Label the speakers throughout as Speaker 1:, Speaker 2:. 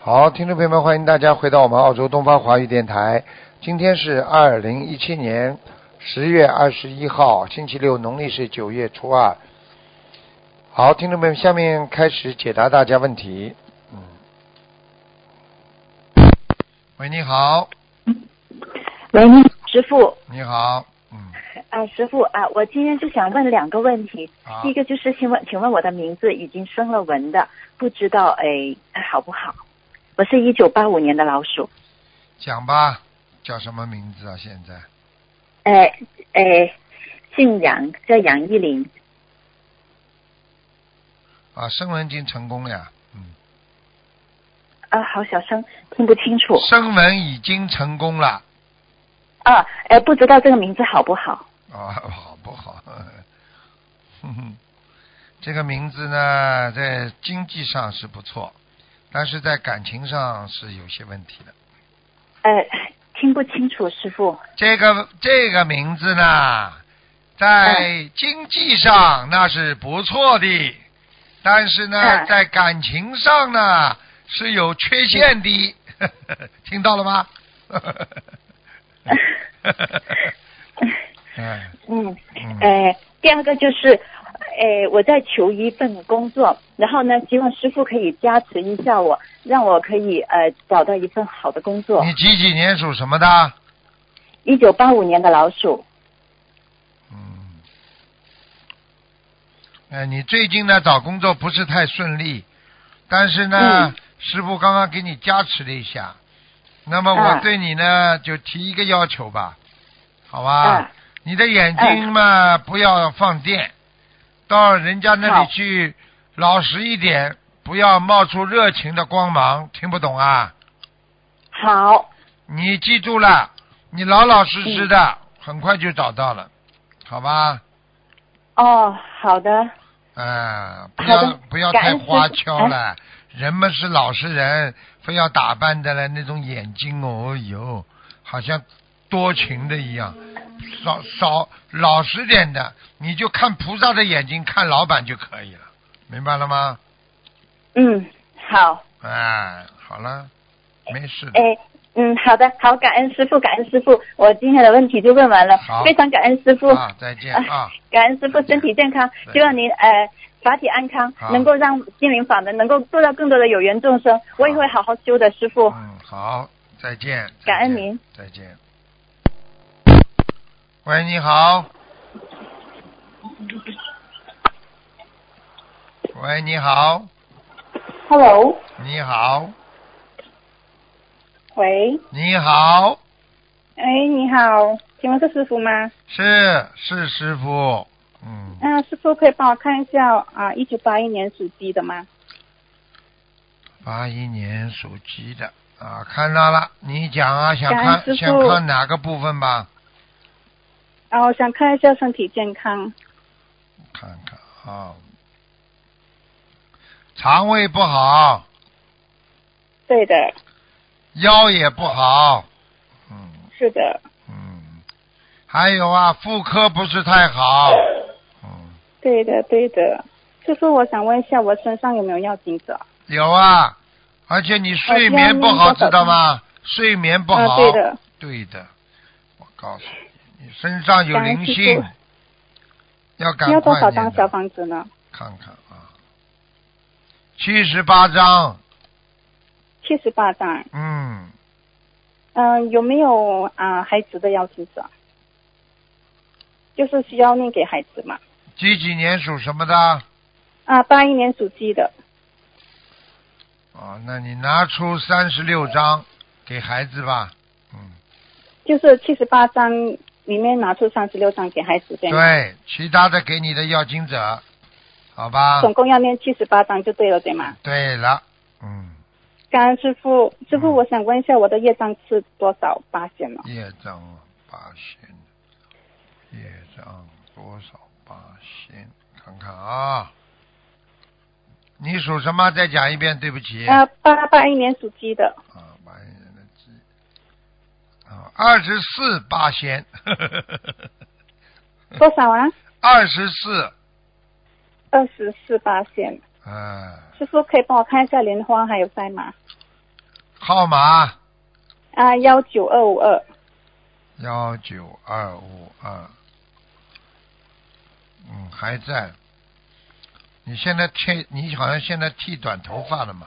Speaker 1: 好，听众朋友们，欢迎大家回到我们澳洲东方华语电台。今天是二零一七年十月二十一号，星期六，农历是九月初二。好，听众朋友们，下面开始解答大家问题。嗯，喂，你好，
Speaker 2: 喂，你师傅
Speaker 1: 你好，嗯，
Speaker 2: 啊，师傅啊，我今天就想问两个问题。
Speaker 1: 好
Speaker 2: 第一，个就是，请问，请问我的名字已经生了纹的，不知道哎好不好？我是一九八五年的老鼠，
Speaker 1: 讲吧，叫什么名字啊？现在
Speaker 2: 哎哎，姓杨，叫杨一林。
Speaker 1: 啊，声纹已经成功了呀，嗯，
Speaker 2: 啊，好小声，听不清楚。
Speaker 1: 声纹已经成功了，
Speaker 2: 啊，哎，不知道这个名字好不好？
Speaker 1: 啊， 好不好？哼哼，这个名字呢，在经济上是不错，但是在感情上是有些问题的。
Speaker 2: 哎，听不清楚，师傅。
Speaker 1: 这个这个名字呢，在经济上那是不错的，但是呢，
Speaker 2: 嗯
Speaker 1: 在感情上呢是有缺陷的。 听到了吗？嗯
Speaker 2: 嗯，
Speaker 1: 嗯，
Speaker 2: 呃，第二个就是，呃，我在求一份工作，然后呢，希望师傅可以加持一下我，让我可以呃找到一份好的工作
Speaker 1: 你。几几年属什么的？
Speaker 2: 一九八五年的老鼠，
Speaker 1: 嗯，哎，你最近呢找工作不是太顺利，但是呢，
Speaker 2: 嗯
Speaker 1: 师傅刚刚给你加持了一下，那么我
Speaker 2: 啊
Speaker 1: 对你呢、就提一个要求吧，好吧？
Speaker 2: 啊
Speaker 1: 你的眼睛嘛、不要放电，到人家那
Speaker 2: 嗯好
Speaker 1: 里去老实一点，不要冒出热情的光芒，听不懂啊？
Speaker 2: 好，
Speaker 1: 你记住了，你老老实实的，
Speaker 2: 嗯
Speaker 1: 很快就找到了，好吧？
Speaker 2: 哦，好的，
Speaker 1: 啊，不
Speaker 2: 好的
Speaker 1: 要不要
Speaker 2: 感
Speaker 1: 太
Speaker 2: 恩
Speaker 1: 花
Speaker 2: 师父哎
Speaker 1: 俏了，人们是老实人，非要打扮的嘞，那种眼睛，哦哟，好像多情的一样，少少老实点的，你就看菩萨的眼睛看老板就可以了，明白了吗？
Speaker 2: 嗯，好，
Speaker 1: 哎，好了，没事的。
Speaker 2: 哎。嗯，好的，好，感恩师傅，感恩师傅，我今天的问题就问完了
Speaker 1: 好，
Speaker 2: 非常感恩师傅，
Speaker 1: 啊，再
Speaker 2: 哎
Speaker 1: 见啊！
Speaker 2: 感恩师傅身体健康
Speaker 1: 对，
Speaker 2: 希望您呃法体安康
Speaker 1: 好，
Speaker 2: 能够让心灵法门能够做到更多的有缘众生，我也会好好修的，师
Speaker 3: 哦
Speaker 2: 傅。
Speaker 1: 嗯，好，再见。再
Speaker 2: 感恩
Speaker 1: 见
Speaker 2: 您。
Speaker 1: 再见。喂，你好。喂，你好，
Speaker 3: Hello，
Speaker 1: 你好，
Speaker 3: 喂，
Speaker 1: 你好，
Speaker 3: 哎，你好，请问是师傅吗？
Speaker 1: 是是师傅，嗯，
Speaker 3: 啊，师傅可以帮我看一下啊，一九八一年属鸡的吗？
Speaker 1: 八一年属鸡的啊，看到了，你讲啊，想
Speaker 3: 感恩
Speaker 1: 看
Speaker 3: 师
Speaker 1: 想
Speaker 3: 傅
Speaker 1: 看哪个部分吧？
Speaker 3: 啊，我想看一下身体健康。
Speaker 1: 看看啊，肠胃不好，
Speaker 3: 对的，
Speaker 1: 腰也不好，嗯
Speaker 3: 是的，
Speaker 1: 嗯，还有啊，妇科不是太好，嗯，
Speaker 3: 对的，对的。师傅，我想问一下，我身上有没有药精者？
Speaker 1: 有啊，而且你睡眠不好，
Speaker 3: 我现在
Speaker 1: 知道吗？睡眠不好，
Speaker 3: 啊，对的，
Speaker 1: 对的，我告诉你，你身上有灵
Speaker 3: 感
Speaker 1: 性
Speaker 3: 恩师，
Speaker 1: 要赶
Speaker 3: 要多
Speaker 1: 快
Speaker 3: 少
Speaker 1: 念的
Speaker 3: 张小房子呢？
Speaker 1: 看看啊，七十八张，
Speaker 3: 七十八张。
Speaker 1: 嗯，
Speaker 3: 嗯、有没有啊、孩子的药精者？就是需要念给孩子嘛。
Speaker 1: 几几年属什么的？
Speaker 3: 啊，八一年属鸡的。
Speaker 1: 啊，那你拿出三十六张给孩子吧，嗯。
Speaker 3: 就是七十八张里面拿出三十六张给孩子对吗？
Speaker 1: 对，其他的给你的要经者，好吧？
Speaker 3: 总共要念七十八张就对了对吗？
Speaker 1: 对了，嗯，
Speaker 3: 感恩师傅，师
Speaker 1: 嗯
Speaker 3: 傅，我想问一下我的业障是多少八哦千呢？
Speaker 1: 业障八仙，业障多少八仙？看看啊，你属什么？再讲一遍，对不起。
Speaker 3: 啊，八八一年属鸡的，
Speaker 1: 啊，把人的鸡啊，二十四八仙， 嗯
Speaker 3: 多少啊？
Speaker 1: 二十四，
Speaker 3: 二十四八千。
Speaker 1: 嗯，呃
Speaker 3: 师傅可以帮我看一下莲花还有在吗？
Speaker 1: 号码
Speaker 3: 啊，幺九二五二
Speaker 1: 幺九二五二，嗯，还在。你现在剃，你好像现在剃短头发了嘛？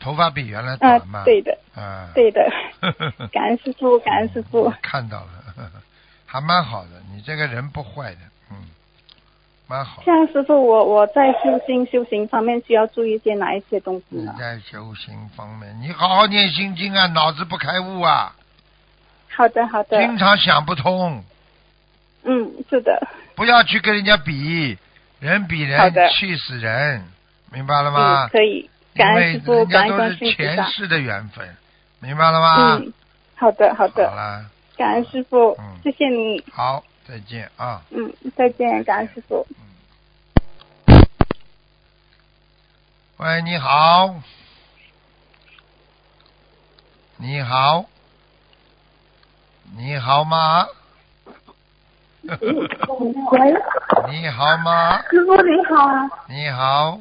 Speaker 1: 头发比原来
Speaker 3: 啊
Speaker 1: 短嘛？，
Speaker 3: 对的，
Speaker 1: 啊，
Speaker 3: 对的，
Speaker 1: 呵呵呵
Speaker 3: 感恩师傅，感恩师傅
Speaker 1: 嗯，看到了， 呵呵还蛮好的。你这个人不坏的，嗯，蛮好。
Speaker 3: 像师傅，我我在修心修行方面需要注意些哪一些东西
Speaker 1: 你
Speaker 3: 呢？
Speaker 1: 在修行方面，你好好念心经啊，脑子不开悟啊，
Speaker 3: 好的，好的，
Speaker 1: 经常想不通，
Speaker 3: 嗯，是的，
Speaker 1: 不要去跟人家比，人比
Speaker 3: 好
Speaker 1: 人
Speaker 3: 的
Speaker 1: 气死人，明白了吗？
Speaker 3: 嗯，可以，感
Speaker 1: 因
Speaker 3: 恩
Speaker 1: 为
Speaker 3: 师傅，
Speaker 1: 人
Speaker 3: 感
Speaker 1: 家
Speaker 3: 恩
Speaker 1: 都
Speaker 3: 观
Speaker 1: 是
Speaker 3: 世音菩
Speaker 1: 前
Speaker 3: 萨，
Speaker 1: 世的缘分，明白了吗？
Speaker 3: 嗯，好的，好
Speaker 1: 好
Speaker 3: 的，
Speaker 1: 了，
Speaker 3: 感恩师傅
Speaker 1: 嗯，
Speaker 3: 谢谢你，
Speaker 1: 好，再见啊。
Speaker 3: 嗯，再见，感恩师傅。
Speaker 1: 喂，你好，你好，你好吗？
Speaker 3: 嗯
Speaker 4: 喂，
Speaker 1: 你好吗？
Speaker 4: 师傅您好啊，
Speaker 1: 你好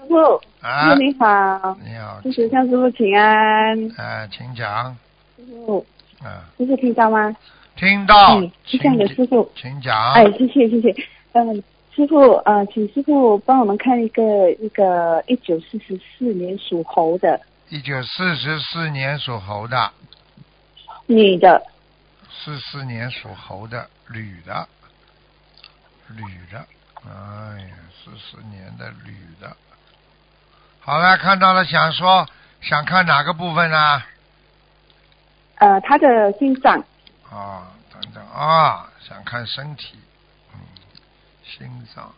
Speaker 4: 师傅，师
Speaker 1: 啊
Speaker 4: 傅，
Speaker 3: 嗯
Speaker 4: 您好，
Speaker 1: 你好，
Speaker 4: 弟子向师傅请安，
Speaker 1: 哎，请讲
Speaker 4: 师傅，
Speaker 1: 啊，
Speaker 4: 师傅听到吗？
Speaker 1: 听到
Speaker 4: 嗯，，是这样的，
Speaker 1: 请
Speaker 4: 师傅，
Speaker 1: 请讲，
Speaker 4: 哎，谢谢谢谢，嗯，师傅，呃，请师傅帮我们看一个一个一九四四年属猴的
Speaker 1: 一九四四年属猴的，
Speaker 4: 女的，
Speaker 1: 四四年属猴的，女的，女的，哎呀，四四年的女的。好了，看到了，想说想看哪个部分呢、啊？
Speaker 4: 呃，她的心脏，
Speaker 1: 哦等等啊，想看身体，嗯，心脏。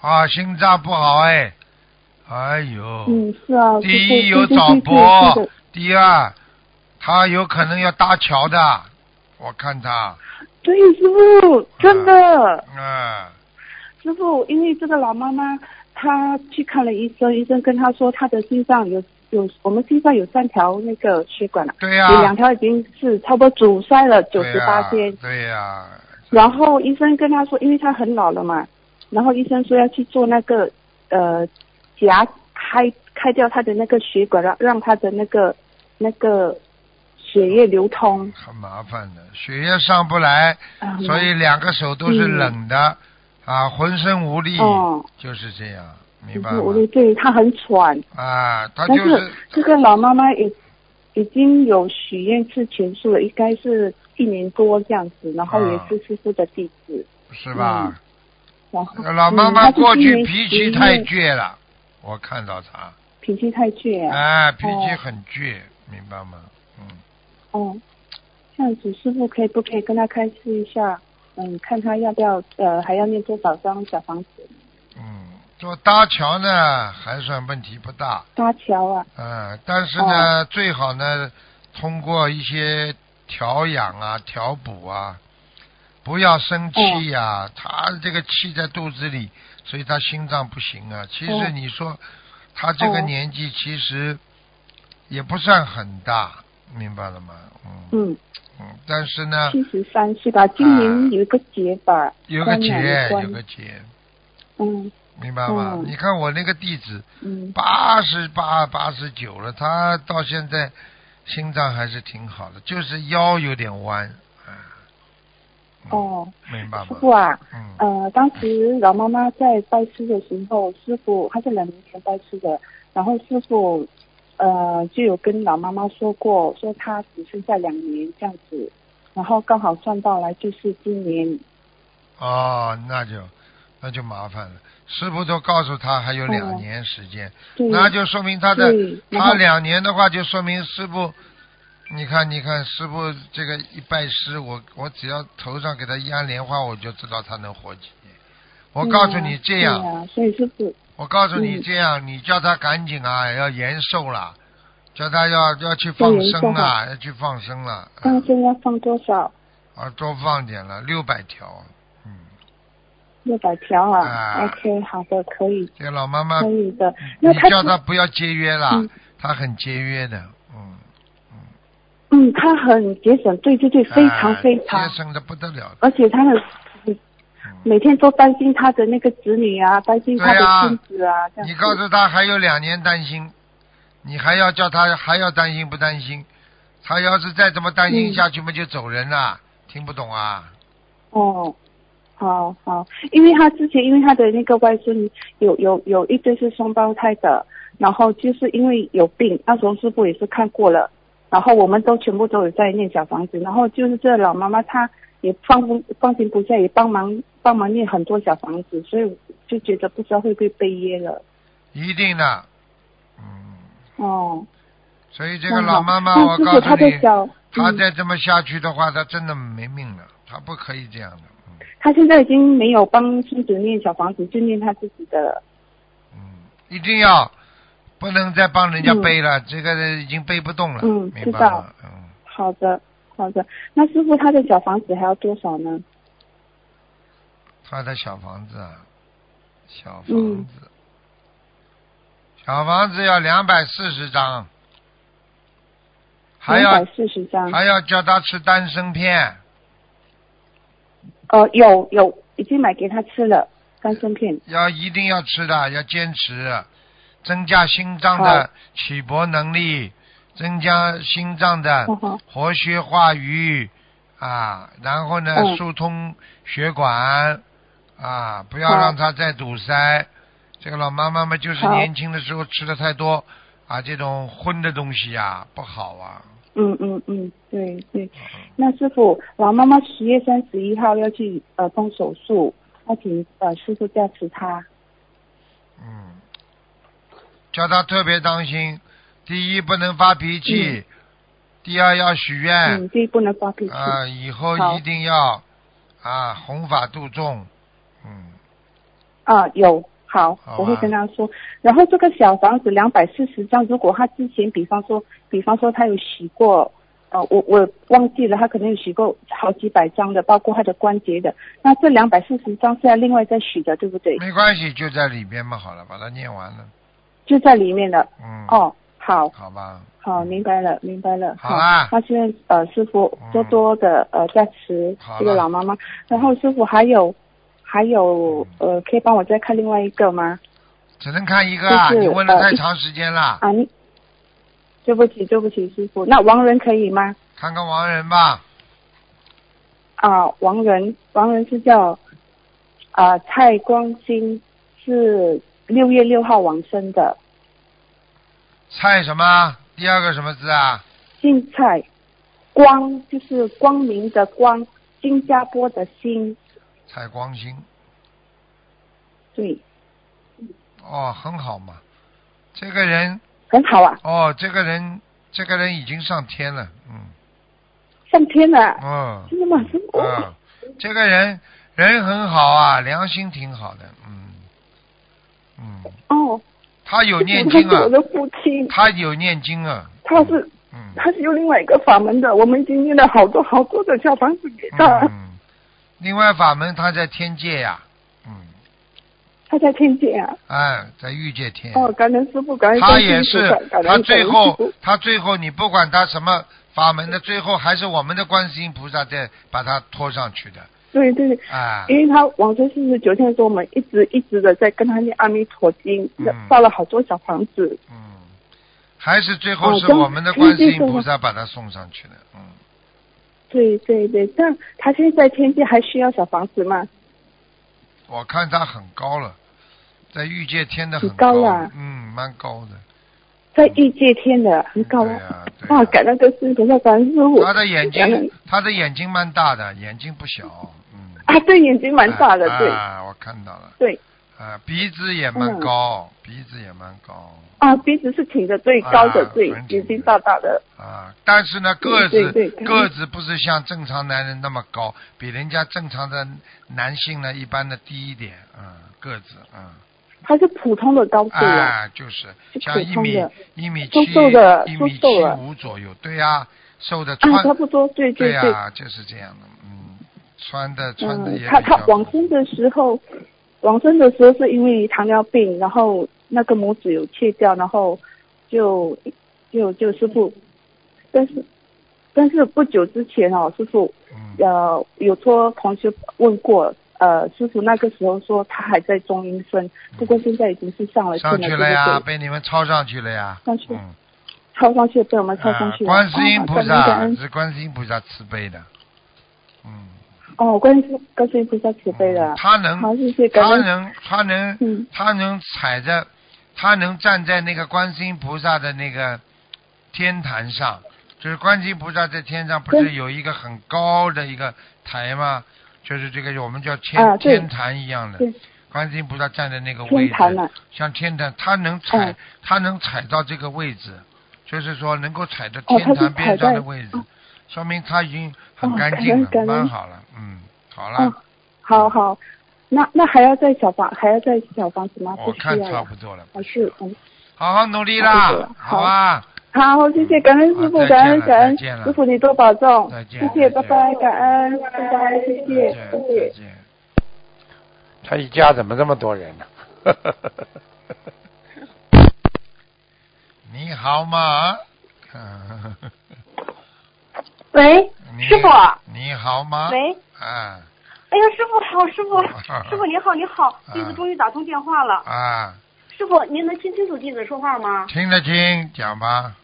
Speaker 1: 啊，心脏不好哎，哎呦，
Speaker 4: 嗯，是啊，
Speaker 1: 第
Speaker 4: 就是
Speaker 1: 一有
Speaker 4: 就是
Speaker 1: 早
Speaker 4: 就是
Speaker 1: 搏
Speaker 4: 就是
Speaker 1: 第二，他有可能要搭桥的，我看他，
Speaker 4: 对，师傅，真的。
Speaker 1: 嗯。
Speaker 4: 师傅，因为这个老妈妈她去看了医生，医生跟她说她的心脏有有我们心脏有三条那个血管了、
Speaker 1: 对呀、啊
Speaker 4: 有两条已经是差不多阻塞了九十八
Speaker 1: 对啊
Speaker 4: 天
Speaker 1: 呀，，对呀、
Speaker 4: 然后医生跟她说，因为她很老了嘛，然后医生说要去做那个呃夹开开掉她的那个血管，让让她的那个那个血液流通。
Speaker 1: 很麻烦的，血液上不来，
Speaker 4: 啊
Speaker 1: 所以两个手都是冷的，啊，浑身无力，
Speaker 4: 哦
Speaker 1: 就是这样，明白
Speaker 4: 就是我
Speaker 1: 吗
Speaker 4: 的？对她很喘，
Speaker 1: 啊，他就
Speaker 4: 但是这个老妈妈已已经有许愿吃全素了，应该是一年多这样子，然后
Speaker 1: 啊
Speaker 4: 也是师傅的弟子，
Speaker 1: 是吧？
Speaker 4: 然后
Speaker 1: 老妈妈
Speaker 4: 嗯
Speaker 1: 过去
Speaker 4: 她是
Speaker 1: 脾
Speaker 4: 因
Speaker 1: 气
Speaker 4: 为
Speaker 1: 太倔了，我看到她，
Speaker 4: 脾气太倔啊，
Speaker 1: 哎，脾气很倔，明白吗？嗯，
Speaker 4: 哦，这样子师傅可以不可以跟他开示一下？嗯，看他要不要呃还要念多少张小房子
Speaker 1: 嗯，做搭桥呢还算问题不大，
Speaker 4: 搭桥啊？
Speaker 1: 嗯，但是呢，最好呢，通过一些调养啊、调补啊，不要生气呀、他这个气在肚子里，所以他心脏不行啊。其实
Speaker 4: 嗯
Speaker 1: 你说，他这个
Speaker 4: 哦
Speaker 1: 年纪其实也不算很大，明白了吗？嗯
Speaker 4: 嗯，
Speaker 1: 嗯，但是呢，
Speaker 4: 七十三是吧？今
Speaker 1: 啊
Speaker 4: 年有一个结吧，
Speaker 1: 有个
Speaker 4: 关哪
Speaker 1: 结
Speaker 4: 里，关
Speaker 1: 有个结，
Speaker 4: 嗯
Speaker 1: 明白吗？
Speaker 4: 嗯
Speaker 1: 你看我那个弟子，
Speaker 4: 嗯，
Speaker 1: 八十八、八十九了，他到现在心脏还是挺好的，就是腰有点弯。啊、嗯，
Speaker 4: 哦，
Speaker 1: 明白
Speaker 4: 师
Speaker 1: 吗
Speaker 4: 傅？啊，
Speaker 1: 嗯，
Speaker 4: 呃，当时老妈妈在拜师的时候，师傅她是两年前拜师的，然后师傅呃就有跟老妈妈说过，说她只剩下两年这样子，然后刚好算到来就是今年，
Speaker 1: 哦，那就那就麻烦了。师傅都告诉他还有两
Speaker 4: 哦
Speaker 1: 年时间，
Speaker 4: 嗯对，
Speaker 1: 那就说明他的
Speaker 4: 对，然
Speaker 1: 他
Speaker 4: 后
Speaker 1: 两年的话，就说明师傅，你看，你看，师傅这个一拜师，我我只要头上给他一安莲花，我就知道他能活几年。我告诉你，这样
Speaker 4: 对啊，所以师傅
Speaker 1: 我告诉你，
Speaker 4: 嗯
Speaker 1: 这样你叫他赶紧啊，要延寿了，叫他要要去放生了，要去放生了，
Speaker 4: 啊放
Speaker 1: 嗯
Speaker 4: 生要放多少？
Speaker 1: 啊，多放点了，六百条，嗯，
Speaker 4: 六百条啊
Speaker 1: 啊
Speaker 4: o k 好的，可以，
Speaker 1: 这个老妈妈
Speaker 4: 可，以的。那
Speaker 1: 你
Speaker 4: 他
Speaker 1: 叫他不要节约了
Speaker 4: 嗯，
Speaker 1: 他很节约的，嗯，
Speaker 4: 嗯，他很节省，对对对，非常
Speaker 1: 啊
Speaker 4: 非常
Speaker 1: 节，省的不得了，
Speaker 4: 而且他很
Speaker 1: 嗯
Speaker 4: 每天都担心他的那个子女啊，担心他
Speaker 1: 对啊
Speaker 4: 的孙子啊，这样子。
Speaker 1: 你告诉他还有两年担心，你还要叫他还要担心不担心？他要是再这么担心
Speaker 4: 嗯
Speaker 1: 下去嘛，就走人了。听不懂啊？
Speaker 4: 哦，好好，因为他之前因为他的那个外孙有有有一对是双胞胎的，然后就是因为有病，那时候师傅也是看过了，然后我们都全部都有在念小房子，然后就是这老妈妈她也放不放心不下，也帮忙帮忙念很多小房子，所以就觉得不知道会不会被噎了。
Speaker 1: 一定的。嗯，
Speaker 4: 哦，
Speaker 1: 所以这
Speaker 4: 那
Speaker 1: 个
Speaker 4: 好
Speaker 1: 老妈妈，
Speaker 4: 那
Speaker 1: 我
Speaker 4: 师
Speaker 1: 告诉
Speaker 4: 傅他的
Speaker 1: 你，
Speaker 4: 小，
Speaker 1: 她
Speaker 4: 嗯
Speaker 1: 再这么下去的话，她真的没命了。她不可以这样的。嗯
Speaker 4: 他现在已经没有帮孙子念小房子，就念他自己的了。
Speaker 1: 嗯，一定要不能再帮人家背了，这个已经背不动了。
Speaker 4: 嗯
Speaker 1: 明
Speaker 4: 知
Speaker 1: 白
Speaker 4: 道
Speaker 1: 了。嗯，
Speaker 4: 好的，好的。那师傅他的小房子还要多少呢？
Speaker 1: 他的小房子啊，小房子，
Speaker 4: 嗯
Speaker 1: 小房子要两百四十张，还
Speaker 4: 两
Speaker 1: 要
Speaker 4: 百四十张。
Speaker 1: 还要叫他吃丹参片，
Speaker 4: 呃，有有，已经买给他吃了丹参片。
Speaker 1: 要一定要吃的，要坚持，增加心脏的
Speaker 4: 好
Speaker 1: 起搏能力，增加心脏的
Speaker 4: 哈哈，
Speaker 1: 活血化瘀啊，然后呢，
Speaker 4: 嗯
Speaker 1: 疏通血管啊，不要
Speaker 4: 好
Speaker 1: 让它再堵塞。这个老妈妈嘛，就是
Speaker 4: 好
Speaker 1: 年轻的时候吃的太多啊，这种荤的东西啊，不好啊。
Speaker 4: 嗯嗯嗯，对对。那师傅，老妈妈十月三十一号要去呃动手术，那请呃师傅加持她。
Speaker 1: 嗯，叫他特别当心，第一不能发脾气，第二要许愿，
Speaker 4: 嗯，这不能发脾气。
Speaker 1: 啊、以后
Speaker 4: 好
Speaker 1: 一定要啊，弘法度众，嗯，
Speaker 4: 啊，有好
Speaker 1: 好，啊
Speaker 4: 我会
Speaker 1: 吧
Speaker 4: 跟他说。然后这个小房子两百四十张，如果他之前，比方说，比方说他有许过，呃，我我忘记了，他可能有许过好几百张的，包括他的关节的。那这两百四十张是要另外再许的，对不对？
Speaker 1: 没关系，就在里边嘛，好了，把它念完了，
Speaker 4: 就在里面了。
Speaker 1: 嗯，，
Speaker 4: 哦，好，
Speaker 1: 好吧，
Speaker 4: 好，明白了，明白了。
Speaker 1: 好啊嗯
Speaker 4: 那现在呃，师傅多多的呃加持
Speaker 1: 好
Speaker 4: 这个
Speaker 1: 了
Speaker 4: 老妈妈。然后师傅还有还有呃，可以帮我再看另外一个吗？
Speaker 1: 只能看一个啊，
Speaker 4: 就是
Speaker 1: 你问了
Speaker 4: 呃
Speaker 1: 太
Speaker 4: 一
Speaker 1: 长时间了，
Speaker 4: 啊，你对不起，对不起，师傅。那王仁可以吗？
Speaker 1: 看看王人吧，
Speaker 4: 啊，王仁，王仁是叫啊蔡光新，是六月六号往生的，
Speaker 1: 蔡什么？第二个什么字啊？
Speaker 4: 姓蔡，光就是光明的光，新加坡的新，
Speaker 1: 蔡光兴，
Speaker 4: 对，
Speaker 1: 哦，很好嘛，这个人，
Speaker 4: 很好啊，
Speaker 1: 哦，这个人，这个人已经上天了，嗯，
Speaker 4: 上天了、啊，
Speaker 1: 哦，
Speaker 4: 真的吗？师傅，
Speaker 1: 嗯，这个人人很好啊，良心挺好的，嗯，嗯。
Speaker 4: 哦，
Speaker 1: 他有念
Speaker 4: 师
Speaker 1: 经
Speaker 4: 傅 他是我
Speaker 1: 啊，
Speaker 4: 的父亲，
Speaker 1: 他有念经啊，
Speaker 4: 他是
Speaker 1: 嗯，
Speaker 4: 他是有另外一个法门的，我们已经念了好多好多的小房子给他，
Speaker 1: 嗯，另外法门他在天界呀、嗯，
Speaker 4: 他在天界啊。
Speaker 1: 哎，在欲界天，
Speaker 4: 哦，感恩师傅，感恩
Speaker 1: 他
Speaker 4: 观世音
Speaker 1: 也
Speaker 4: 菩
Speaker 1: 是
Speaker 4: 萨感，
Speaker 1: 他
Speaker 4: 恩
Speaker 1: 最
Speaker 4: 观
Speaker 1: 后
Speaker 4: 世音菩萨
Speaker 1: 他最后你不管他什么法门的，最后还是我们的观世音菩萨在把他拖上去的，
Speaker 4: 对对对，
Speaker 1: 哎，
Speaker 4: 因为他往生四十九天的时候，我们一直一直的在跟他念阿弥陀经
Speaker 1: 嗯，
Speaker 4: 造了好多小房子。
Speaker 1: 嗯，还是最后
Speaker 4: 哦
Speaker 1: 是
Speaker 4: 这样
Speaker 1: 我们的
Speaker 4: 可以
Speaker 1: 观世
Speaker 4: 这
Speaker 1: 音
Speaker 4: 个
Speaker 1: 菩
Speaker 4: 吗
Speaker 1: 萨把他送上去的，嗯，
Speaker 4: 对对对，但他现在在天界还需要小房子吗？
Speaker 1: 我看他很高了，在欲界天的
Speaker 4: 很
Speaker 1: 很
Speaker 4: 高
Speaker 1: 高
Speaker 4: 啊
Speaker 1: 嗯，蛮高的。
Speaker 4: 在欲界天的，很高
Speaker 1: 嗯对呀
Speaker 4: 啊！
Speaker 1: 对呀
Speaker 4: 哇，感恩跟师傅，感恩师傅。
Speaker 1: 他的眼
Speaker 4: 感恩
Speaker 1: 睛，他的眼睛蛮大的，眼睛不小，嗯，
Speaker 4: 啊，对，眼睛蛮大的，
Speaker 1: 啊
Speaker 4: 对嗯
Speaker 1: 啊，我看到了，
Speaker 4: 对
Speaker 1: 啊，鼻子也蛮高，鼻子也蛮高，
Speaker 4: 啊，鼻子是挺着，对，高的
Speaker 1: 啊，
Speaker 4: 对
Speaker 1: 蛮，挺
Speaker 4: 眼睛
Speaker 1: 的
Speaker 4: 大大的。
Speaker 1: 啊，但是呢，个
Speaker 4: 对
Speaker 1: 子
Speaker 4: 对对
Speaker 1: 个子不是像正常男人那么高，比人家正常的男性呢一般的低一点，嗯，个子，嗯，
Speaker 4: 他是普通的高度啊，
Speaker 1: 啊，就是
Speaker 4: 是
Speaker 1: 像
Speaker 4: 普
Speaker 1: 一
Speaker 4: 通
Speaker 1: 米
Speaker 4: 的
Speaker 1: 一米七
Speaker 4: 都瘦的，
Speaker 1: 一
Speaker 4: 都
Speaker 1: 米
Speaker 4: 瘦
Speaker 1: 七
Speaker 4: 了
Speaker 1: 五左右，对呀，瘦的
Speaker 4: 啊，
Speaker 1: 穿
Speaker 4: 差不多，对
Speaker 1: 对
Speaker 4: 对。
Speaker 1: 呀，就是这样的，嗯，穿的穿的
Speaker 4: 嗯
Speaker 1: 也，
Speaker 4: 他
Speaker 1: 比
Speaker 4: 他
Speaker 1: 较
Speaker 4: 往生的时候，往生的时候是因为糖尿病，然后那个拇指有切掉，然后就就就师傅，但是但是不久之前哦，师傅
Speaker 1: 嗯
Speaker 4: 呃有托同学问过，呃，师傅那个时候说他还在中阴身，不过现在已经是上了去
Speaker 1: 上
Speaker 4: 了，
Speaker 1: 去
Speaker 4: 对不
Speaker 1: 了呀，
Speaker 4: 对？
Speaker 1: 被你们抄上去了呀。
Speaker 4: 上去
Speaker 1: 嗯，
Speaker 4: 抄上去被我们抄上
Speaker 1: 啊
Speaker 4: 去，了。
Speaker 1: 观世音
Speaker 4: 哦
Speaker 1: 菩
Speaker 4: 感恩感
Speaker 1: 萨
Speaker 4: 恩
Speaker 1: 是观世音菩萨慈悲的，嗯，
Speaker 4: 哦，观世观世音菩萨慈悲
Speaker 1: 嗯
Speaker 4: 了。
Speaker 1: 他能
Speaker 4: 好，谢谢感
Speaker 1: 他
Speaker 4: 恩。
Speaker 1: 能，他能，
Speaker 4: 嗯
Speaker 1: 他能踩着，他能站在那个观世音菩萨的那个天坛上，就是观世音菩萨在天上不是
Speaker 4: 对
Speaker 1: 有一个很高的一个台吗？就是这个我们叫天、
Speaker 4: 啊对
Speaker 1: 天坛一样的
Speaker 4: 对，
Speaker 1: 观世音菩萨站在那个位
Speaker 4: 天啊
Speaker 1: 置，
Speaker 4: 坛了，
Speaker 1: 像天坛，他能踩，
Speaker 4: 嗯
Speaker 1: 他能踩到这个位置，就是说能够踩到
Speaker 4: 哦
Speaker 1: 天
Speaker 4: 他是
Speaker 1: 坛边
Speaker 4: 踩
Speaker 1: 上
Speaker 4: 在
Speaker 1: 的位置，
Speaker 4: 哦
Speaker 1: 说明他已经很
Speaker 4: 哦
Speaker 1: 干
Speaker 4: 感
Speaker 1: 净
Speaker 4: 恩
Speaker 1: 了，
Speaker 4: 感
Speaker 1: 蛮
Speaker 4: 恩
Speaker 1: 好了，嗯，好了。
Speaker 4: 哦，好好，那那还要在小房还要在小房子吗？
Speaker 1: 我
Speaker 4: 啊不需
Speaker 1: 看
Speaker 4: 要
Speaker 1: 差
Speaker 4: 了，
Speaker 1: 不多了，
Speaker 4: 还是嗯，
Speaker 1: 好好努力
Speaker 4: 差不多
Speaker 1: 啦
Speaker 4: 了，
Speaker 1: 好吧，
Speaker 4: 好，谢谢感恩师
Speaker 1: 好
Speaker 4: 傅，
Speaker 1: 嗯啊再
Speaker 4: 感恩
Speaker 1: 见了
Speaker 4: 感恩
Speaker 1: 再见了
Speaker 4: 师傅，你多保重
Speaker 1: 再，见
Speaker 4: 谢谢，
Speaker 1: 再
Speaker 4: 拜
Speaker 1: 见
Speaker 4: 拜，感恩，拜拜，
Speaker 1: 再
Speaker 4: 谢谢，
Speaker 1: 见
Speaker 4: 谢
Speaker 1: 再
Speaker 4: 谢。
Speaker 1: 见。他一家怎么这么多人啊呢？ 你好 嘛，
Speaker 5: 喂，
Speaker 1: 你
Speaker 5: 师傅
Speaker 1: 你好吗？
Speaker 5: 喂，
Speaker 1: 啊
Speaker 5: 哎呀，师傅好，师傅，师傅您好，您好，弟子终于打通电话了。
Speaker 1: 啊，
Speaker 5: 师傅，您能听清楚弟子说话吗？
Speaker 1: 听得清，讲吧。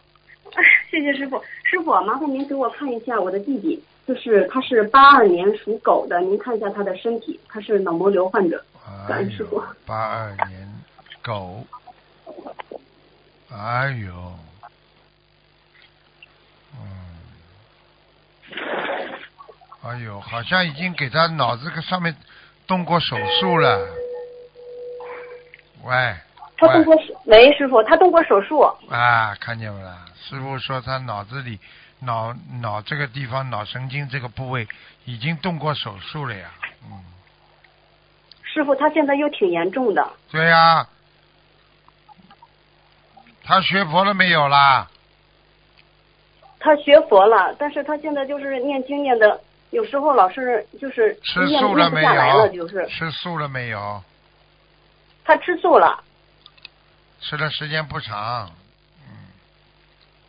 Speaker 5: 哎谢谢师傅，师傅，麻烦您给我看一下我的弟弟，就是他是八二年属狗的，您看一下他的身体，他是脑膜瘤患者。感
Speaker 1: 哎
Speaker 5: 恩师
Speaker 1: 呦
Speaker 5: 傅，
Speaker 1: 八二年狗，哎呦，嗯，哎呦，好像已经给他脑子上面动过手术了。喂，
Speaker 5: 他动过
Speaker 1: 哎
Speaker 5: 手，喂，师傅，他动过手术。
Speaker 1: 啊，看见不啦？师傅说他脑子里脑脑这个地方脑神经这个部位已经动过手术了呀。嗯，
Speaker 5: 师傅，他现在又挺严重的，
Speaker 1: 对呀、他学佛了没有啦？
Speaker 5: 他学佛了，但是他现在就是念经念的，有时候老是就是
Speaker 1: 吃
Speaker 5: 念
Speaker 1: 素
Speaker 5: 念
Speaker 1: 了
Speaker 5: 不
Speaker 1: 没
Speaker 5: 下来
Speaker 1: 有？
Speaker 5: 了，就是
Speaker 1: 吃素了没有？
Speaker 5: 他吃素了，
Speaker 1: 吃的时间不长，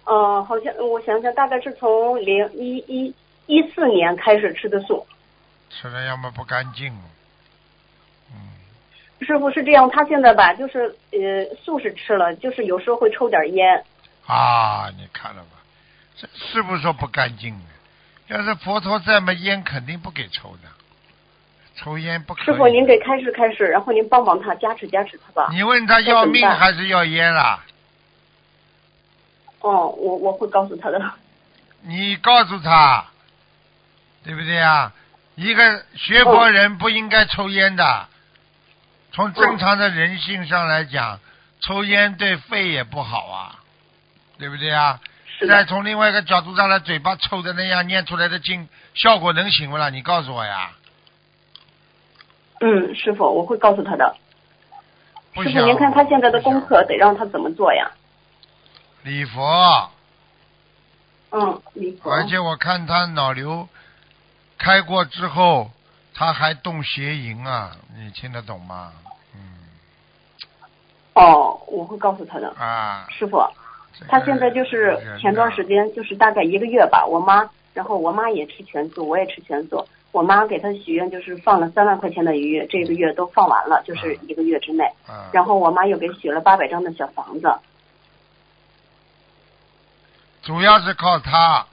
Speaker 5: 呃，好像我想想，大概是从零一一一四年开始吃的素。
Speaker 1: 吃的要么不干净，嗯，
Speaker 5: 师傅是这样，他现在吧，就是呃，素是吃了，就是有时候会抽点烟。
Speaker 1: 啊，你看了吧？这是不是说不干净呢？要是佛陀在嘛，烟肯定不给抽的，抽烟不可以。
Speaker 5: 师傅，您给开示开示，然后您帮帮他，加持加持他吧。
Speaker 1: 你问他要命还是要烟啊啦？
Speaker 5: 哦，我我会告诉他的。
Speaker 1: 你告诉他，对不对啊？一个学佛人不应该抽烟的，从正常的人性上来讲，抽烟对肺也不好啊，对不对啊？
Speaker 5: 是
Speaker 1: 再
Speaker 5: 的，
Speaker 1: 从另外一个角度上来，嘴巴抽的那样念出来的经，效果能行不啦？你告诉我呀，
Speaker 5: 嗯，师傅，我会告诉他的。
Speaker 1: 不
Speaker 5: 师
Speaker 1: 行。
Speaker 5: 傅，您看他现在的功课得让他怎么做呀？
Speaker 1: 礼佛，
Speaker 5: 嗯，离谱。
Speaker 1: 而且我看他脑瘤开过之后，他还动邪淫啊，你听得懂吗？嗯
Speaker 5: 哦，我会告诉他的。
Speaker 1: 啊，
Speaker 5: 师傅，
Speaker 1: 这个
Speaker 5: 他现在哎就是啊前段时间，就是大概一个月吧，我妈，然后我妈也吃全素，我也吃全素。我妈给他许愿，就是放了三万块钱的鱼，这个月都放完了，就是一个月之内。
Speaker 1: 人啊，
Speaker 5: 然后我妈又给许了八百张的小房子。
Speaker 1: 主要是靠他，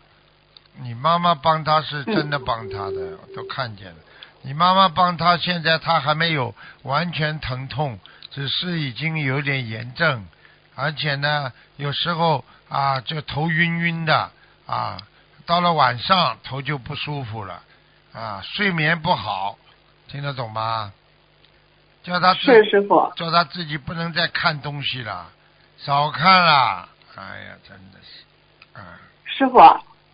Speaker 1: 你妈妈帮他是
Speaker 5: 嗯
Speaker 1: 真的帮他的，我都看见了。你妈妈帮他，现在他还没有完全疼痛，只是已经有点炎症，而且呢，有时候啊，就头晕晕的啊，到了晚上头就不舒服了啊，睡眠不好，听得懂吗？叫他自
Speaker 5: 是师傅，
Speaker 1: 叫他自己不能再看东西了，少看了。哎呀，真的是，啊，
Speaker 5: 师傅，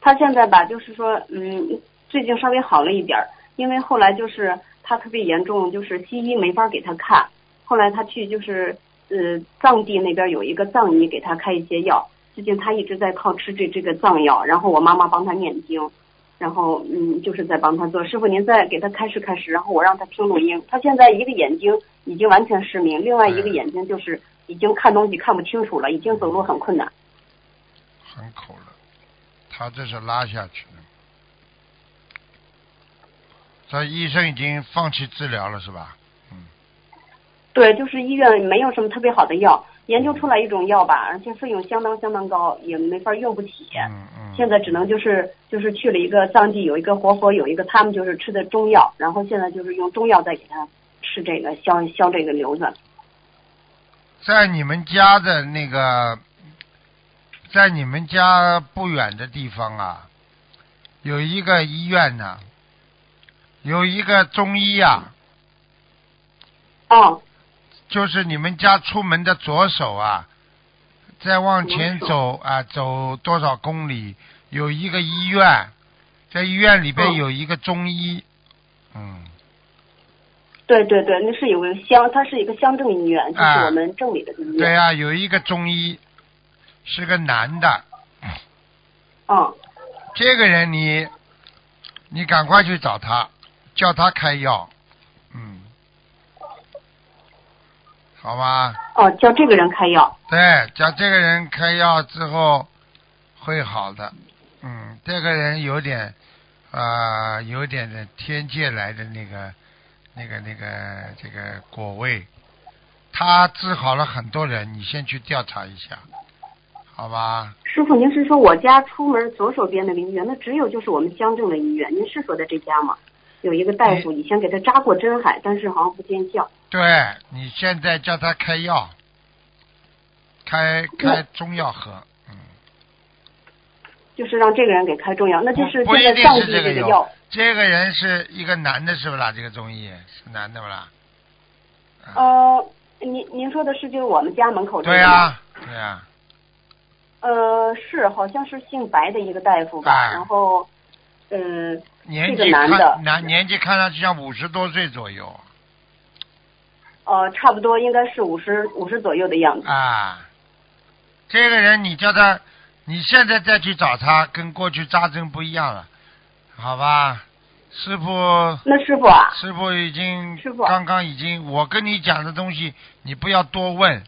Speaker 5: 他现在吧，就是说，嗯，最近稍微好了一点儿，因为后来就是他特别严重，就是西医没法给他看，后来他去就是呃藏地那边有一个藏医给他开一些药，最近他一直在靠吃这这个藏药，然后我妈妈帮他念经，然后嗯就是在帮他做，师傅您再给他开示开示，然后我让他听录音，他现在一个眼睛已经完全失明，另外一个眼睛就是已经看东西看不清楚了，已经走路很困难。
Speaker 1: 很口了，他这是拉下去了。所以医生已经放弃治疗了是吧？嗯
Speaker 5: 对，就是医院没有什么特别好的药，研究出来一种药吧，而且费用相当相当高，也没法用不起。
Speaker 1: 嗯嗯。
Speaker 5: 现在只能就是就是去了一个藏地，有一个活佛，有一个他们就是吃的中药，然后现在就是用中药再给他吃这个消消这个瘤子。
Speaker 1: 在你们家的那个，在你们家不远的地方啊，有一个医院呐、有一个中医啊，
Speaker 5: 哦，
Speaker 1: 就是你们家出门的左手啊，再往前走啊，走多少公里有一个医院，在医院里边
Speaker 5: 嗯
Speaker 1: 有一个中医，嗯，
Speaker 5: 对对对，那是有个乡，它是一个乡镇医院，就是
Speaker 1: 啊
Speaker 5: 我们镇里的医
Speaker 1: 对
Speaker 5: 院。
Speaker 1: 啊，有一个中医，是个男的，
Speaker 5: 嗯，
Speaker 1: 这个人你，你赶快去找他，叫他开药，嗯，好吗？
Speaker 5: 哦，叫这个人开药。
Speaker 1: 对，叫这个人开药之后会好的，嗯，这个人有点啊、有点的天界来的那个那个那个这个果位，他治好了很多人，你先去调查一下，好吧？
Speaker 5: 师傅，您是说我家出门左手边那个医院，那只有就是我们乡镇的医院，您是说的这家吗？有一个
Speaker 1: 哎
Speaker 5: 大夫以前给他扎过针还，但是好像不见效。
Speaker 1: 对你现在叫他开药，开开中药喝，嗯，
Speaker 5: 就是让这个人给开中药，那就是
Speaker 1: 嗯不不一
Speaker 5: 现在
Speaker 1: 定
Speaker 5: 上
Speaker 1: 是
Speaker 5: 帝
Speaker 1: 这个
Speaker 5: 个
Speaker 1: 药嗯
Speaker 5: 药，
Speaker 1: 这个人是一个男的，是不啦？这个中医是男的不啦？啊，
Speaker 5: 呃，您您说的是就是我们家门口这个
Speaker 1: 对啊
Speaker 5: 吗
Speaker 1: 呀、对呀、
Speaker 5: 呃，是好像是姓白的一个大夫吧，
Speaker 1: 哎
Speaker 5: 然后，嗯、
Speaker 1: 年
Speaker 5: 这
Speaker 1: 纪
Speaker 5: 个男
Speaker 1: 看
Speaker 5: 的
Speaker 1: 男年纪看上去像五十多岁左右
Speaker 5: 呃，差不多应该是五十五十左右的样子。
Speaker 1: 啊。这个人你叫他，你现在再去找他，跟过去扎针不一样了，好吧？师傅，
Speaker 5: 那师傅啊，
Speaker 1: 师傅已经
Speaker 5: 师傅
Speaker 1: 刚刚已经，我跟你讲的东西，你不要多问，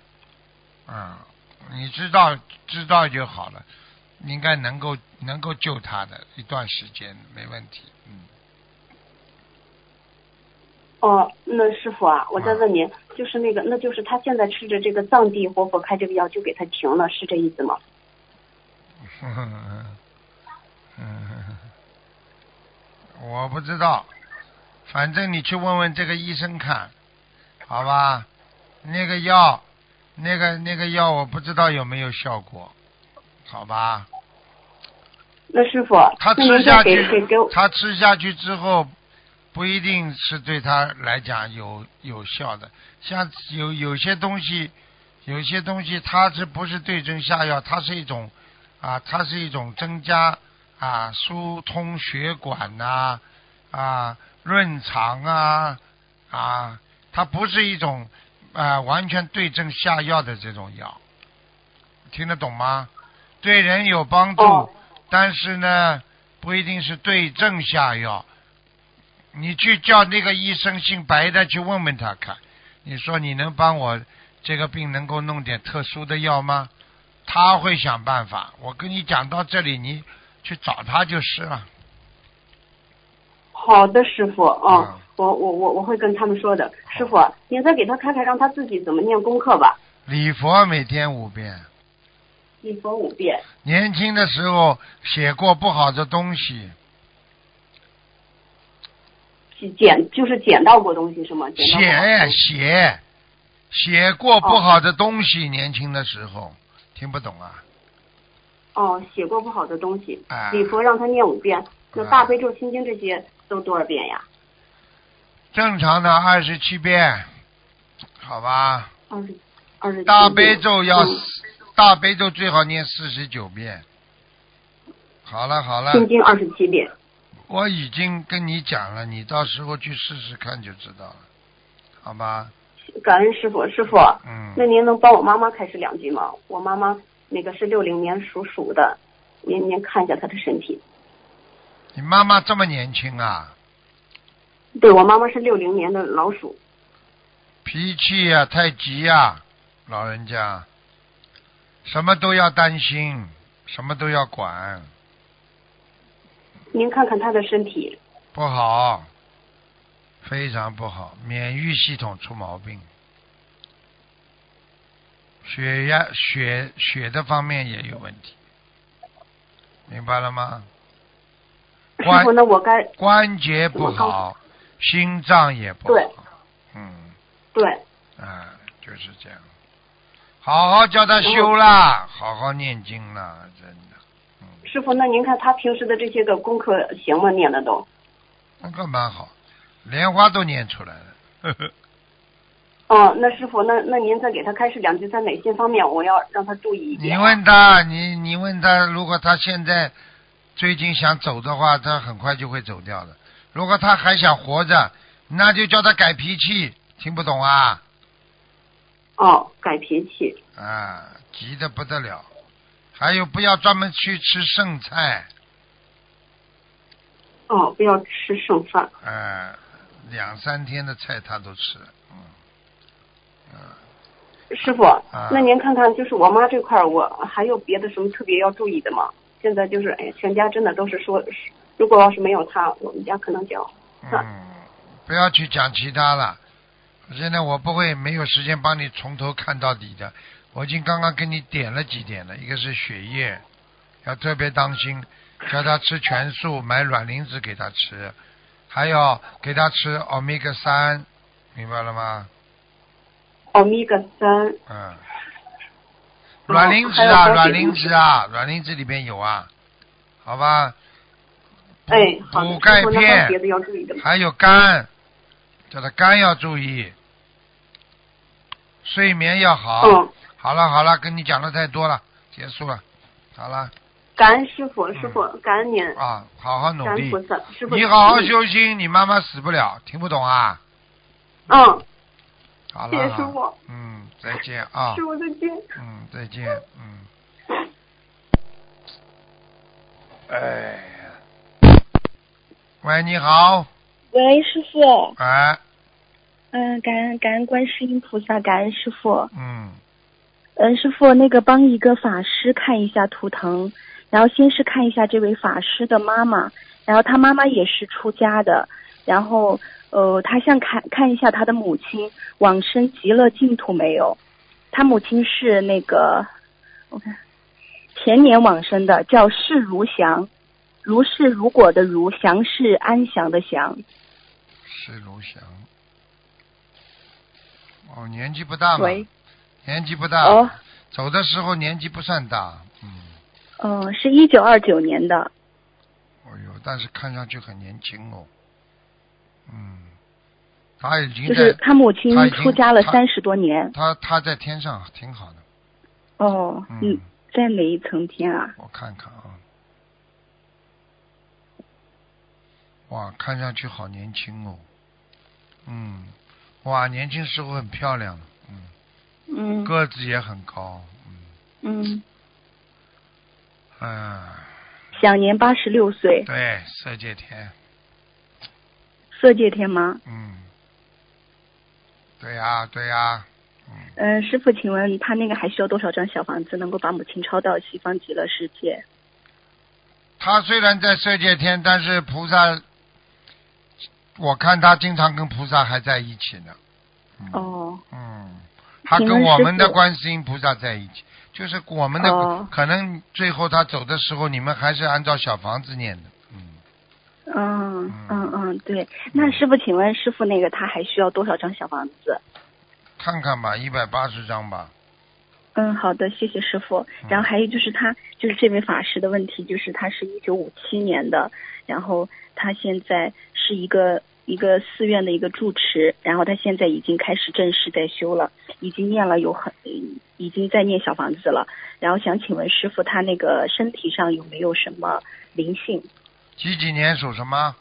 Speaker 1: 嗯，你知道知道就好了，应该能够能够救他的一段时间没问题，嗯，
Speaker 5: 哦，那师傅啊，我再
Speaker 1: 嗯
Speaker 5: 问您，就是那个，那就是他现在吃着这个藏地活佛开这个药就给他停了，是这意思吗？
Speaker 1: 嗯， 我不知道，反正你去问问这个医生看，好吧？那个药，那个那个药，我不知道有没有效果，好吧？
Speaker 5: 那师傅，
Speaker 1: 他
Speaker 5: 那您
Speaker 1: 吃
Speaker 5: 再
Speaker 1: 下
Speaker 5: 给给
Speaker 1: 去
Speaker 5: 给我，，
Speaker 1: 他吃下去之后，不一定是对他来讲有有效的。像有有些东西，有些东西它是不是对症下药？它是一种啊，它是一种增加啊疏通血管呐啊润肠啊啊，它不是一种啊完全对症下药的这种药，听得懂吗？对人有帮助，
Speaker 5: 哦
Speaker 1: 但是呢，不一定是对症下药。你去叫那个医生姓白的去问问他看，你说你能帮我这个病能够弄点特殊的药吗？他会想办法。我跟你讲到这里，你去找他就是了。
Speaker 5: 好的，师傅，嗯，
Speaker 1: 嗯
Speaker 5: 我我我我会跟他们说的。师傅，啊您再给他看看，让他自己怎么念功课吧，
Speaker 1: 礼佛每天五遍，
Speaker 5: 一佛五遍。
Speaker 1: 年轻的时候写过不好的东西，
Speaker 5: 捡就是捡到过东西是吗？捡到过
Speaker 1: 写写写过不好的东西，年轻的时候听不懂啊。
Speaker 5: 哦，写过不好的东西。
Speaker 1: 啊
Speaker 5: 礼佛让他念五遍，那
Speaker 1: 啊
Speaker 5: 大悲咒、心经这些都多少遍呀？
Speaker 1: 正常的二十七遍，好吧。
Speaker 5: 二十，二十七遍。
Speaker 1: 大悲咒要、
Speaker 5: 嗯
Speaker 1: 大悲咒最好念四十九遍。好了好了，
Speaker 5: 心经二十七遍。
Speaker 1: 我已经跟你讲了，你到时候去试试看就知道了，好吧？
Speaker 5: 感恩师傅，师傅，那
Speaker 1: 嗯，
Speaker 5: 您能帮我妈妈开始两句吗？我妈妈那个是六零年属鼠的，您您看一下她的身体。
Speaker 1: 你妈妈这么年轻啊，
Speaker 5: 对我妈妈是六零年的老鼠，
Speaker 1: 脾气啊太急呀、老人家，什么都要担心，什么都要管，
Speaker 5: 您看看她的身体。
Speaker 1: 不好，非常不好，免疫系统出毛病，血压、血血的方面也有问题，明白了吗？
Speaker 5: 师
Speaker 1: 关
Speaker 5: 傅，那我该
Speaker 1: 关节不
Speaker 5: 怎么
Speaker 1: 好，心脏也不
Speaker 5: 对
Speaker 1: 好，嗯，
Speaker 5: 对
Speaker 1: 啊，就是这样。好好叫他修啦，好好念经啦，真的。嗯
Speaker 5: 师傅，那您看他平时的这些个功课行吗？念的都？
Speaker 1: 那个蛮好，莲花都念出来了。 呵呵
Speaker 5: 嗯，那师傅，那那您再给他开示两句，在哪些方面我要让他注意一
Speaker 1: 你
Speaker 5: 点？
Speaker 1: 问他，你你问他，如果他现在最近想走的话，他很快就会走掉的。如果他还想活着，那就叫他改脾气，听不懂啊？
Speaker 5: 哦，改脾气。
Speaker 1: 啊，急得不得了。还有，不要专门去吃剩菜，
Speaker 5: 哦，不要吃剩饭。
Speaker 1: 呃，两三天的菜他都吃，嗯，
Speaker 5: 师傅，
Speaker 1: 啊
Speaker 5: 那您看看，就是我妈这块儿，我还有别的什么特别要注意的吗？现在就是，哎，全家真的都是说，如果要是没有她，我们家可能就要
Speaker 1: 嗯，不要去讲其他了。现在我不会没有时间帮你从头看到底的，我已经刚刚跟你点了几点了，一个是血液，要特别当心，叫他吃全素，买卵磷脂给他吃，还要给他吃欧米伽三，明白了吗？
Speaker 5: 欧米伽三。
Speaker 1: 嗯，卵磷脂
Speaker 5: 还
Speaker 1: 啊，
Speaker 5: 有高
Speaker 1: 卵
Speaker 5: 血
Speaker 1: 磷
Speaker 5: 脂
Speaker 1: 脂啊，卵磷脂里面有啊，好吧？补
Speaker 5: 哎，好的，
Speaker 1: 嗯补钙
Speaker 5: 师傅，那还有
Speaker 1: 片
Speaker 5: 别，的要注意的吗？
Speaker 1: 还有肝，叫他肝要注意，睡眠要好。
Speaker 5: 嗯，
Speaker 1: 好了好了，跟你讲的太多了，结束了，好了
Speaker 5: 感恩师傅，师傅，感恩您，
Speaker 1: 啊，嗯好好努
Speaker 5: 感恩
Speaker 1: 力
Speaker 5: 菩，萨，师傅，
Speaker 1: 你好好
Speaker 5: 嗯。
Speaker 1: 修心，你妈妈死不了，听不懂啊？
Speaker 5: 嗯，
Speaker 1: 好了，
Speaker 5: 谢谢
Speaker 1: 好
Speaker 5: 师
Speaker 1: 了
Speaker 5: 傅，
Speaker 1: 嗯，再见啊
Speaker 5: 师，傅再见。
Speaker 1: 嗯，再见，嗯。哎呀，喂，你好，
Speaker 6: 喂，师傅，
Speaker 1: 哎，
Speaker 6: 嗯，感恩感恩观世音菩萨，感恩师傅，
Speaker 1: 嗯，
Speaker 6: 嗯，师傅那个帮一个法师看一下图腾，然后先是看一下这位法师的妈妈，然后他妈妈也是出家的，然后呃，他想看看一下他的母亲往生极乐净土没有，他母亲是那个我看前年往生的，叫释如祥，如是如果的如，祥是安详的祥，
Speaker 1: 是卢翔。哦，年纪不大嘛，
Speaker 6: 喂，
Speaker 1: 年纪不大，
Speaker 6: 哦。
Speaker 1: 走的时候年纪不算大，嗯，
Speaker 6: 嗯，是一九二九年的。
Speaker 1: 哦呦，但是看上去很年轻哦，嗯，他已经
Speaker 6: 就
Speaker 1: 在、
Speaker 6: 是他母亲
Speaker 1: 他已经
Speaker 6: 出家了
Speaker 1: 他
Speaker 6: 三十多年。
Speaker 1: 他他在天上挺好的，
Speaker 6: 哦，
Speaker 1: 嗯
Speaker 6: 嗯，，在哪一层天啊？
Speaker 1: 我看看啊，哇，看上去好年轻哦，嗯，哇，年轻时候很漂亮，嗯，
Speaker 6: 嗯
Speaker 1: 个子也很高，
Speaker 6: 嗯，
Speaker 1: 哎呀。
Speaker 6: 享年八十六岁，
Speaker 1: 对，色界天，
Speaker 6: 色界天吗？
Speaker 1: 嗯，对呀、对呀、嗯，
Speaker 6: 嗯、师傅，请问他那个还需要多少张小房子能够把母亲超到西方极乐世界？
Speaker 1: 他虽然在色界天，但是菩萨，我看他经常跟菩萨还在一起呢。嗯、，
Speaker 6: 哦，
Speaker 1: 嗯，他
Speaker 6: 请
Speaker 1: 跟
Speaker 6: 问
Speaker 1: 我
Speaker 6: 师
Speaker 1: 们的
Speaker 6: 父
Speaker 1: 观世音菩萨在一起，就是我们的、
Speaker 6: 哦
Speaker 1: 可能最后他走的时候，你们还是按照小房子念的。嗯，
Speaker 6: 嗯
Speaker 1: 嗯
Speaker 6: 嗯嗯，对。那师傅，请问师傅那个他还需要多少张小房子？
Speaker 1: 看看吧，一百八十张吧。
Speaker 6: 嗯，好的，谢谢师傅。然后还有就是他，就是这位法师的问题，就是他是一九五七年的，然后他现在是一个一个寺院的一个住持，然后他现在已经开始正式在修了，已经念了有很，已经在念小房子了。然后想请问师傅，他那个身体上有没有什么灵性？
Speaker 1: 几几年属什么？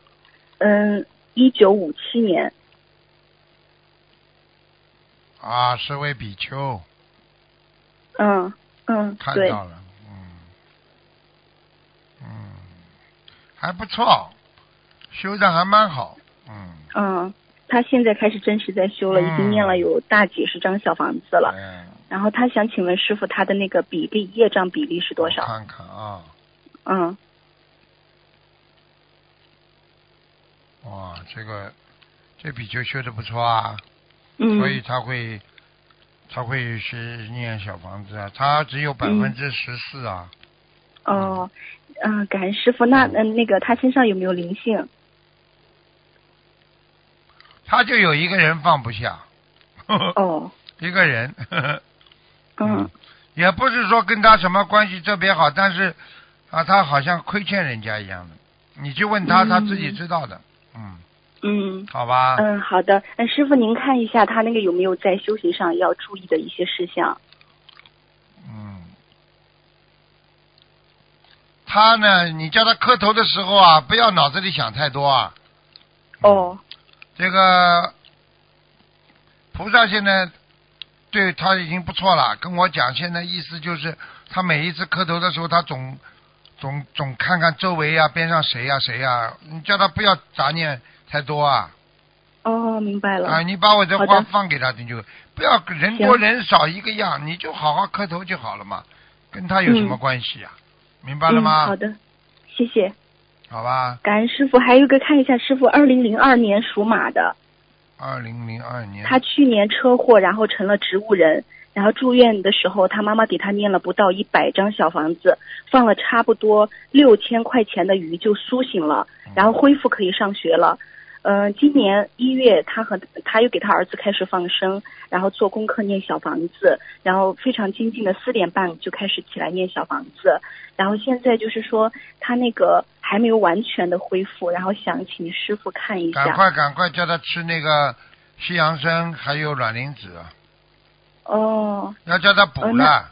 Speaker 6: 嗯，一九五七年，
Speaker 1: 啊，是位比丘，
Speaker 6: 嗯嗯，
Speaker 1: 看
Speaker 6: 对，
Speaker 1: 到了，嗯，嗯，还不错，修的还蛮好，嗯，
Speaker 6: 嗯，他现在开始正式在修了，已经念了有大几十张小房子了。
Speaker 1: 嗯
Speaker 6: 然后他想请问师傅，他的那个比例业障比例是多
Speaker 1: 我
Speaker 6: 少？
Speaker 1: 看看啊，
Speaker 6: 嗯
Speaker 1: 哇，这个这比丘修的不错啊，
Speaker 6: 嗯
Speaker 1: 所以他会他会去念小房子啊，他只
Speaker 6: 嗯
Speaker 1: 有百分之十四啊，
Speaker 6: 哦，嗯、感恩师傅。那嗯、那个他身上有没有灵性？
Speaker 1: 他就有一个人放不下， 呵呵
Speaker 6: 哦，
Speaker 1: 一个人呵呵
Speaker 6: 嗯，
Speaker 1: 也不是说跟他什么关系特别好，但是啊，他好像亏欠人家一样的，你去问他，他自己知道的，嗯，啊
Speaker 6: 嗯
Speaker 1: 好吧，
Speaker 6: 嗯，好的。嗯，师傅您看一下他那个有没有在修行上要注意的一些事项？
Speaker 1: 嗯，他呢，你叫他磕头的时候啊，不要脑子里想太多啊。
Speaker 6: 哦，
Speaker 1: 这个菩萨现在对他已经不错了，跟我讲，现在意思就是他每一次磕头的时候，他总总总看看周围啊，边上谁呀、谁呀、啊你叫他不要杂念太多啊。
Speaker 6: 哦，明白了。
Speaker 1: 啊，你把我的
Speaker 6: 好
Speaker 1: 话
Speaker 6: 的
Speaker 1: 放给他听就，不要人
Speaker 6: 行
Speaker 1: 多人少一个样，你就好好磕头就好了嘛，跟他有什么
Speaker 6: 嗯
Speaker 1: 关系呀、啊明白了吗？
Speaker 6: 嗯？好的，谢谢，
Speaker 1: 好吧，
Speaker 6: 感恩师傅。还有一个看一下师傅，二零零二年属马的，
Speaker 1: 二零零二年，
Speaker 6: 他去年车祸，然后成了植物人，然后住院的时候，他妈妈给他念了不到一百张小房子，放了差不多六千块钱的鱼就苏醒了，
Speaker 1: 嗯
Speaker 6: 然后恢复可以上学了。嗯、今年一月，他和他又给他儿子开始放生，然后做功课念小房子，然后非常精进的四点半就开始起来念小房子，然后现在就是说他那个还没有完全的恢复，然后想请师傅看一
Speaker 1: 赶
Speaker 6: 下。
Speaker 1: 快赶快叫他吃那个西洋参，还有卵磷脂，啊
Speaker 6: 哦，
Speaker 1: 要叫他补
Speaker 6: 哦
Speaker 1: 了，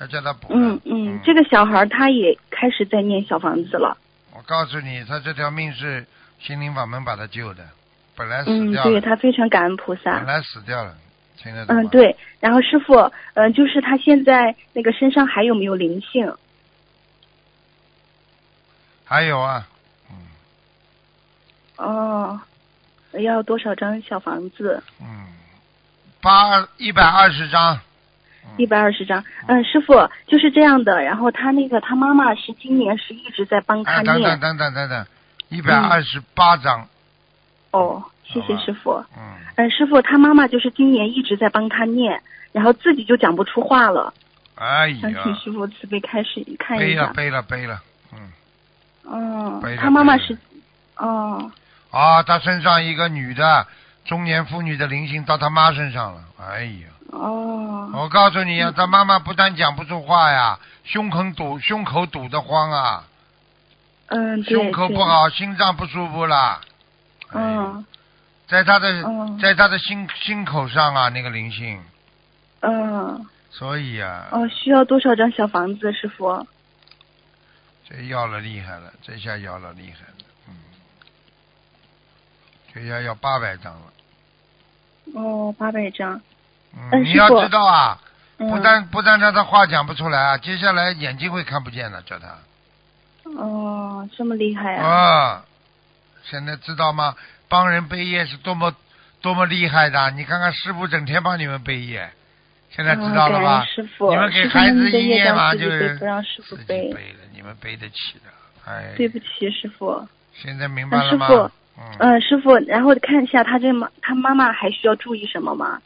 Speaker 1: 要叫他补了。
Speaker 6: 嗯嗯，这个小孩儿他也开始在念小房子了。
Speaker 1: 我告诉你，他这条命是心灵法门把他救的，本来死
Speaker 6: 嗯，
Speaker 1: 掉
Speaker 6: 对
Speaker 1: 了，
Speaker 6: 他非常感恩菩
Speaker 1: 本
Speaker 6: 萨。
Speaker 1: 来死掉了，听得懂吗
Speaker 6: 嗯，。对。然后师傅，嗯、就是他现在那个身上还有没有灵性？
Speaker 1: 还有啊，
Speaker 6: 哦，要多少张小房子？
Speaker 1: 嗯，八一百二十张，
Speaker 6: 一百二十张。嗯，师傅就是这样的。然后他那个他妈妈是今年是一直在帮他
Speaker 1: 哎，等
Speaker 6: 念。
Speaker 1: 等等等等等，一百
Speaker 6: 嗯
Speaker 1: 二十八张，
Speaker 6: 哦，谢
Speaker 1: 好
Speaker 6: 谢
Speaker 1: 吧
Speaker 6: 师傅。
Speaker 1: 嗯，
Speaker 6: 嗯，师傅他妈妈就是今年一直在帮他念，然后自己就讲不出话了。
Speaker 1: 哎
Speaker 6: 想
Speaker 1: 呀哎
Speaker 6: 请，师傅慈悲开始看
Speaker 1: 背
Speaker 6: 一下
Speaker 1: 了。背了背了，嗯，
Speaker 6: 嗯
Speaker 1: 背，着
Speaker 6: 他妈妈
Speaker 1: 背着
Speaker 6: 是，哦，
Speaker 1: 啊，他身上一个女的中年妇女的灵性到他妈身上了，哎呀，
Speaker 6: 哦，
Speaker 1: 我告诉你啊，他妈妈不但讲不出话呀，胸口堵胸口堵得慌啊，
Speaker 6: 嗯，对，
Speaker 1: 胸口不
Speaker 6: 对，
Speaker 1: 好，心脏不舒服啦，哎呀
Speaker 6: 嗯
Speaker 1: 在他的
Speaker 6: 嗯
Speaker 1: 在他的心心口上啊，那个灵性，
Speaker 6: 嗯，
Speaker 1: 所以啊，
Speaker 6: 哦，需要多少张小房子，师傅？
Speaker 1: 这要了厉害了，这下要了厉害了，嗯，这下要八百张了。
Speaker 6: 哦，八百张。
Speaker 1: 嗯，
Speaker 6: 嗯
Speaker 1: 你
Speaker 6: 师
Speaker 1: 要
Speaker 6: 傅
Speaker 1: 知道啊，
Speaker 6: 嗯
Speaker 1: 不但不但让他话讲不出来啊，接下来眼睛会看不见的，叫他
Speaker 6: 哦，这么厉害啊！
Speaker 1: 啊。现在知道吗？帮人背业是多么多么厉害的，啊你看看师傅整天帮你们背业，现在知
Speaker 6: 嗯
Speaker 1: 道了
Speaker 6: 感
Speaker 1: 吧
Speaker 6: 恩？师傅，
Speaker 1: 你们给
Speaker 6: 师傅
Speaker 1: 孩
Speaker 6: 们
Speaker 1: 子
Speaker 6: 的
Speaker 1: 一
Speaker 6: 业
Speaker 1: 念嘛，
Speaker 6: 障自
Speaker 1: 就
Speaker 6: 己背，
Speaker 1: 是
Speaker 6: 不让师傅
Speaker 1: 自己
Speaker 6: 背。
Speaker 1: 背的，你们背得起的，哎，
Speaker 6: 对不起，师
Speaker 1: 嗯
Speaker 6: 傅。
Speaker 1: 现在明白了吗？
Speaker 6: 嗯师傅
Speaker 1: 嗯，
Speaker 6: 嗯，师傅，然后看一下他这妈，他妈妈还需要注意什么吗？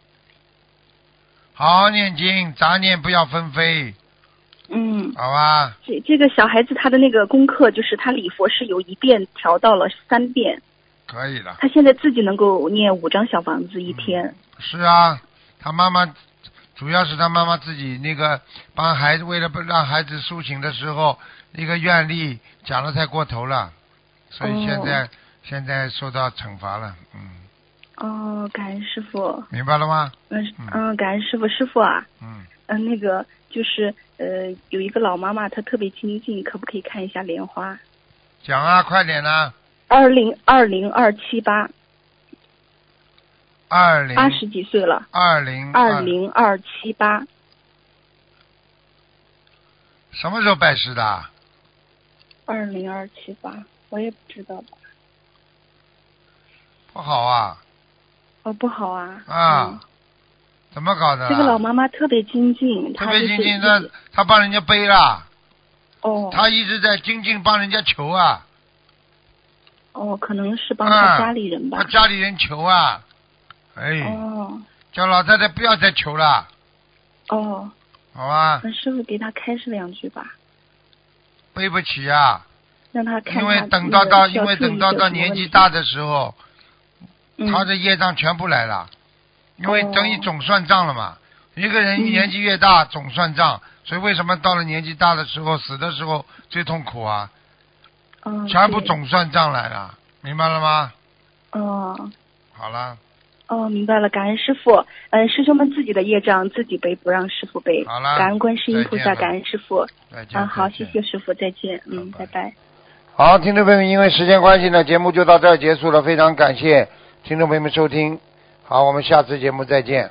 Speaker 1: 好好念经，杂念不要纷飞，
Speaker 6: 嗯，
Speaker 1: 好吧？
Speaker 6: 这这个小孩子他的那个功课就是他礼佛是由一遍调到了三遍。
Speaker 1: 可以了。
Speaker 6: 他现在自己能够念五张小房子一天。
Speaker 1: 是啊，他妈妈主要是他妈妈自己那个帮孩子，为了不让孩子苏醒的时候，那个愿力讲的太过头了，所以现在、现在受到惩罚了，嗯，
Speaker 6: 哦，感恩师傅，
Speaker 1: 明白了吗？
Speaker 6: 嗯
Speaker 1: 嗯
Speaker 6: 嗯，感恩师傅，师傅啊，
Speaker 1: 嗯，
Speaker 6: 嗯，那个就是呃，有一个老妈妈，她特别精进，可不可以看一下莲花？
Speaker 1: 讲啊，快点啦、
Speaker 6: 二零二零二七八，
Speaker 1: 2二零
Speaker 6: 八十几岁了，
Speaker 1: 二零
Speaker 6: 二零二七八，
Speaker 1: 什么时候拜师的啊？
Speaker 6: 二零二七八，我也不知道，
Speaker 1: 不好啊
Speaker 6: 哦，不好啊，
Speaker 1: 啊、怎么搞的啦？
Speaker 6: 嗯这个老妈妈特别精进，
Speaker 1: 特
Speaker 6: 她
Speaker 1: 别
Speaker 6: 就是
Speaker 1: 精进，
Speaker 6: 一
Speaker 1: 他
Speaker 6: 直
Speaker 1: 他帮人家背了，
Speaker 6: 哦，
Speaker 1: 他一直在精进帮人家求啊，
Speaker 6: 哦，可能是帮他家里人吧
Speaker 1: 他。家里人求啊，哎，
Speaker 6: 哦
Speaker 1: 叫老太太不要再求了，
Speaker 6: 哦，
Speaker 1: 好吧？
Speaker 6: 那师傅给他开示两句吧，
Speaker 1: 背不起啊，
Speaker 6: 让他看
Speaker 1: 因
Speaker 6: 他
Speaker 1: 为等到到，
Speaker 6: 需
Speaker 1: 因
Speaker 6: 要
Speaker 1: 为
Speaker 6: 注意
Speaker 1: 等到
Speaker 6: 有
Speaker 1: 到
Speaker 6: 什么
Speaker 1: 年
Speaker 6: 问
Speaker 1: 纪
Speaker 6: 题
Speaker 1: 大的时候，
Speaker 6: 嗯
Speaker 1: 他的业障全部来了，因为等于
Speaker 6: 哦
Speaker 1: 总算账了嘛。一个人
Speaker 6: 嗯
Speaker 1: 年纪越大，总算账，所以为什么到了年纪大的时候，死的时候最痛苦啊？
Speaker 6: 嗯
Speaker 1: 全部
Speaker 6: 对
Speaker 1: 总算账来了，明白了吗？
Speaker 6: 哦
Speaker 1: 好了，
Speaker 6: 哦，明白了，感恩师傅。嗯，师兄们自己的业障自己背，不让师傅背。
Speaker 1: 好了
Speaker 6: 感恩观世音
Speaker 1: 再
Speaker 6: 菩
Speaker 1: 见
Speaker 6: 萨，
Speaker 1: 了
Speaker 6: 感恩师傅。
Speaker 1: 再见。
Speaker 6: 嗯，好，
Speaker 1: 再
Speaker 6: 谢
Speaker 1: 见
Speaker 6: 谢师傅，再见。嗯，
Speaker 1: 拜拜
Speaker 6: 拜拜。
Speaker 1: 好，听众朋友们，因为时间关系呢，节目就到这儿结束了。非常感谢听众朋友们收听，好，我们下次节目再见。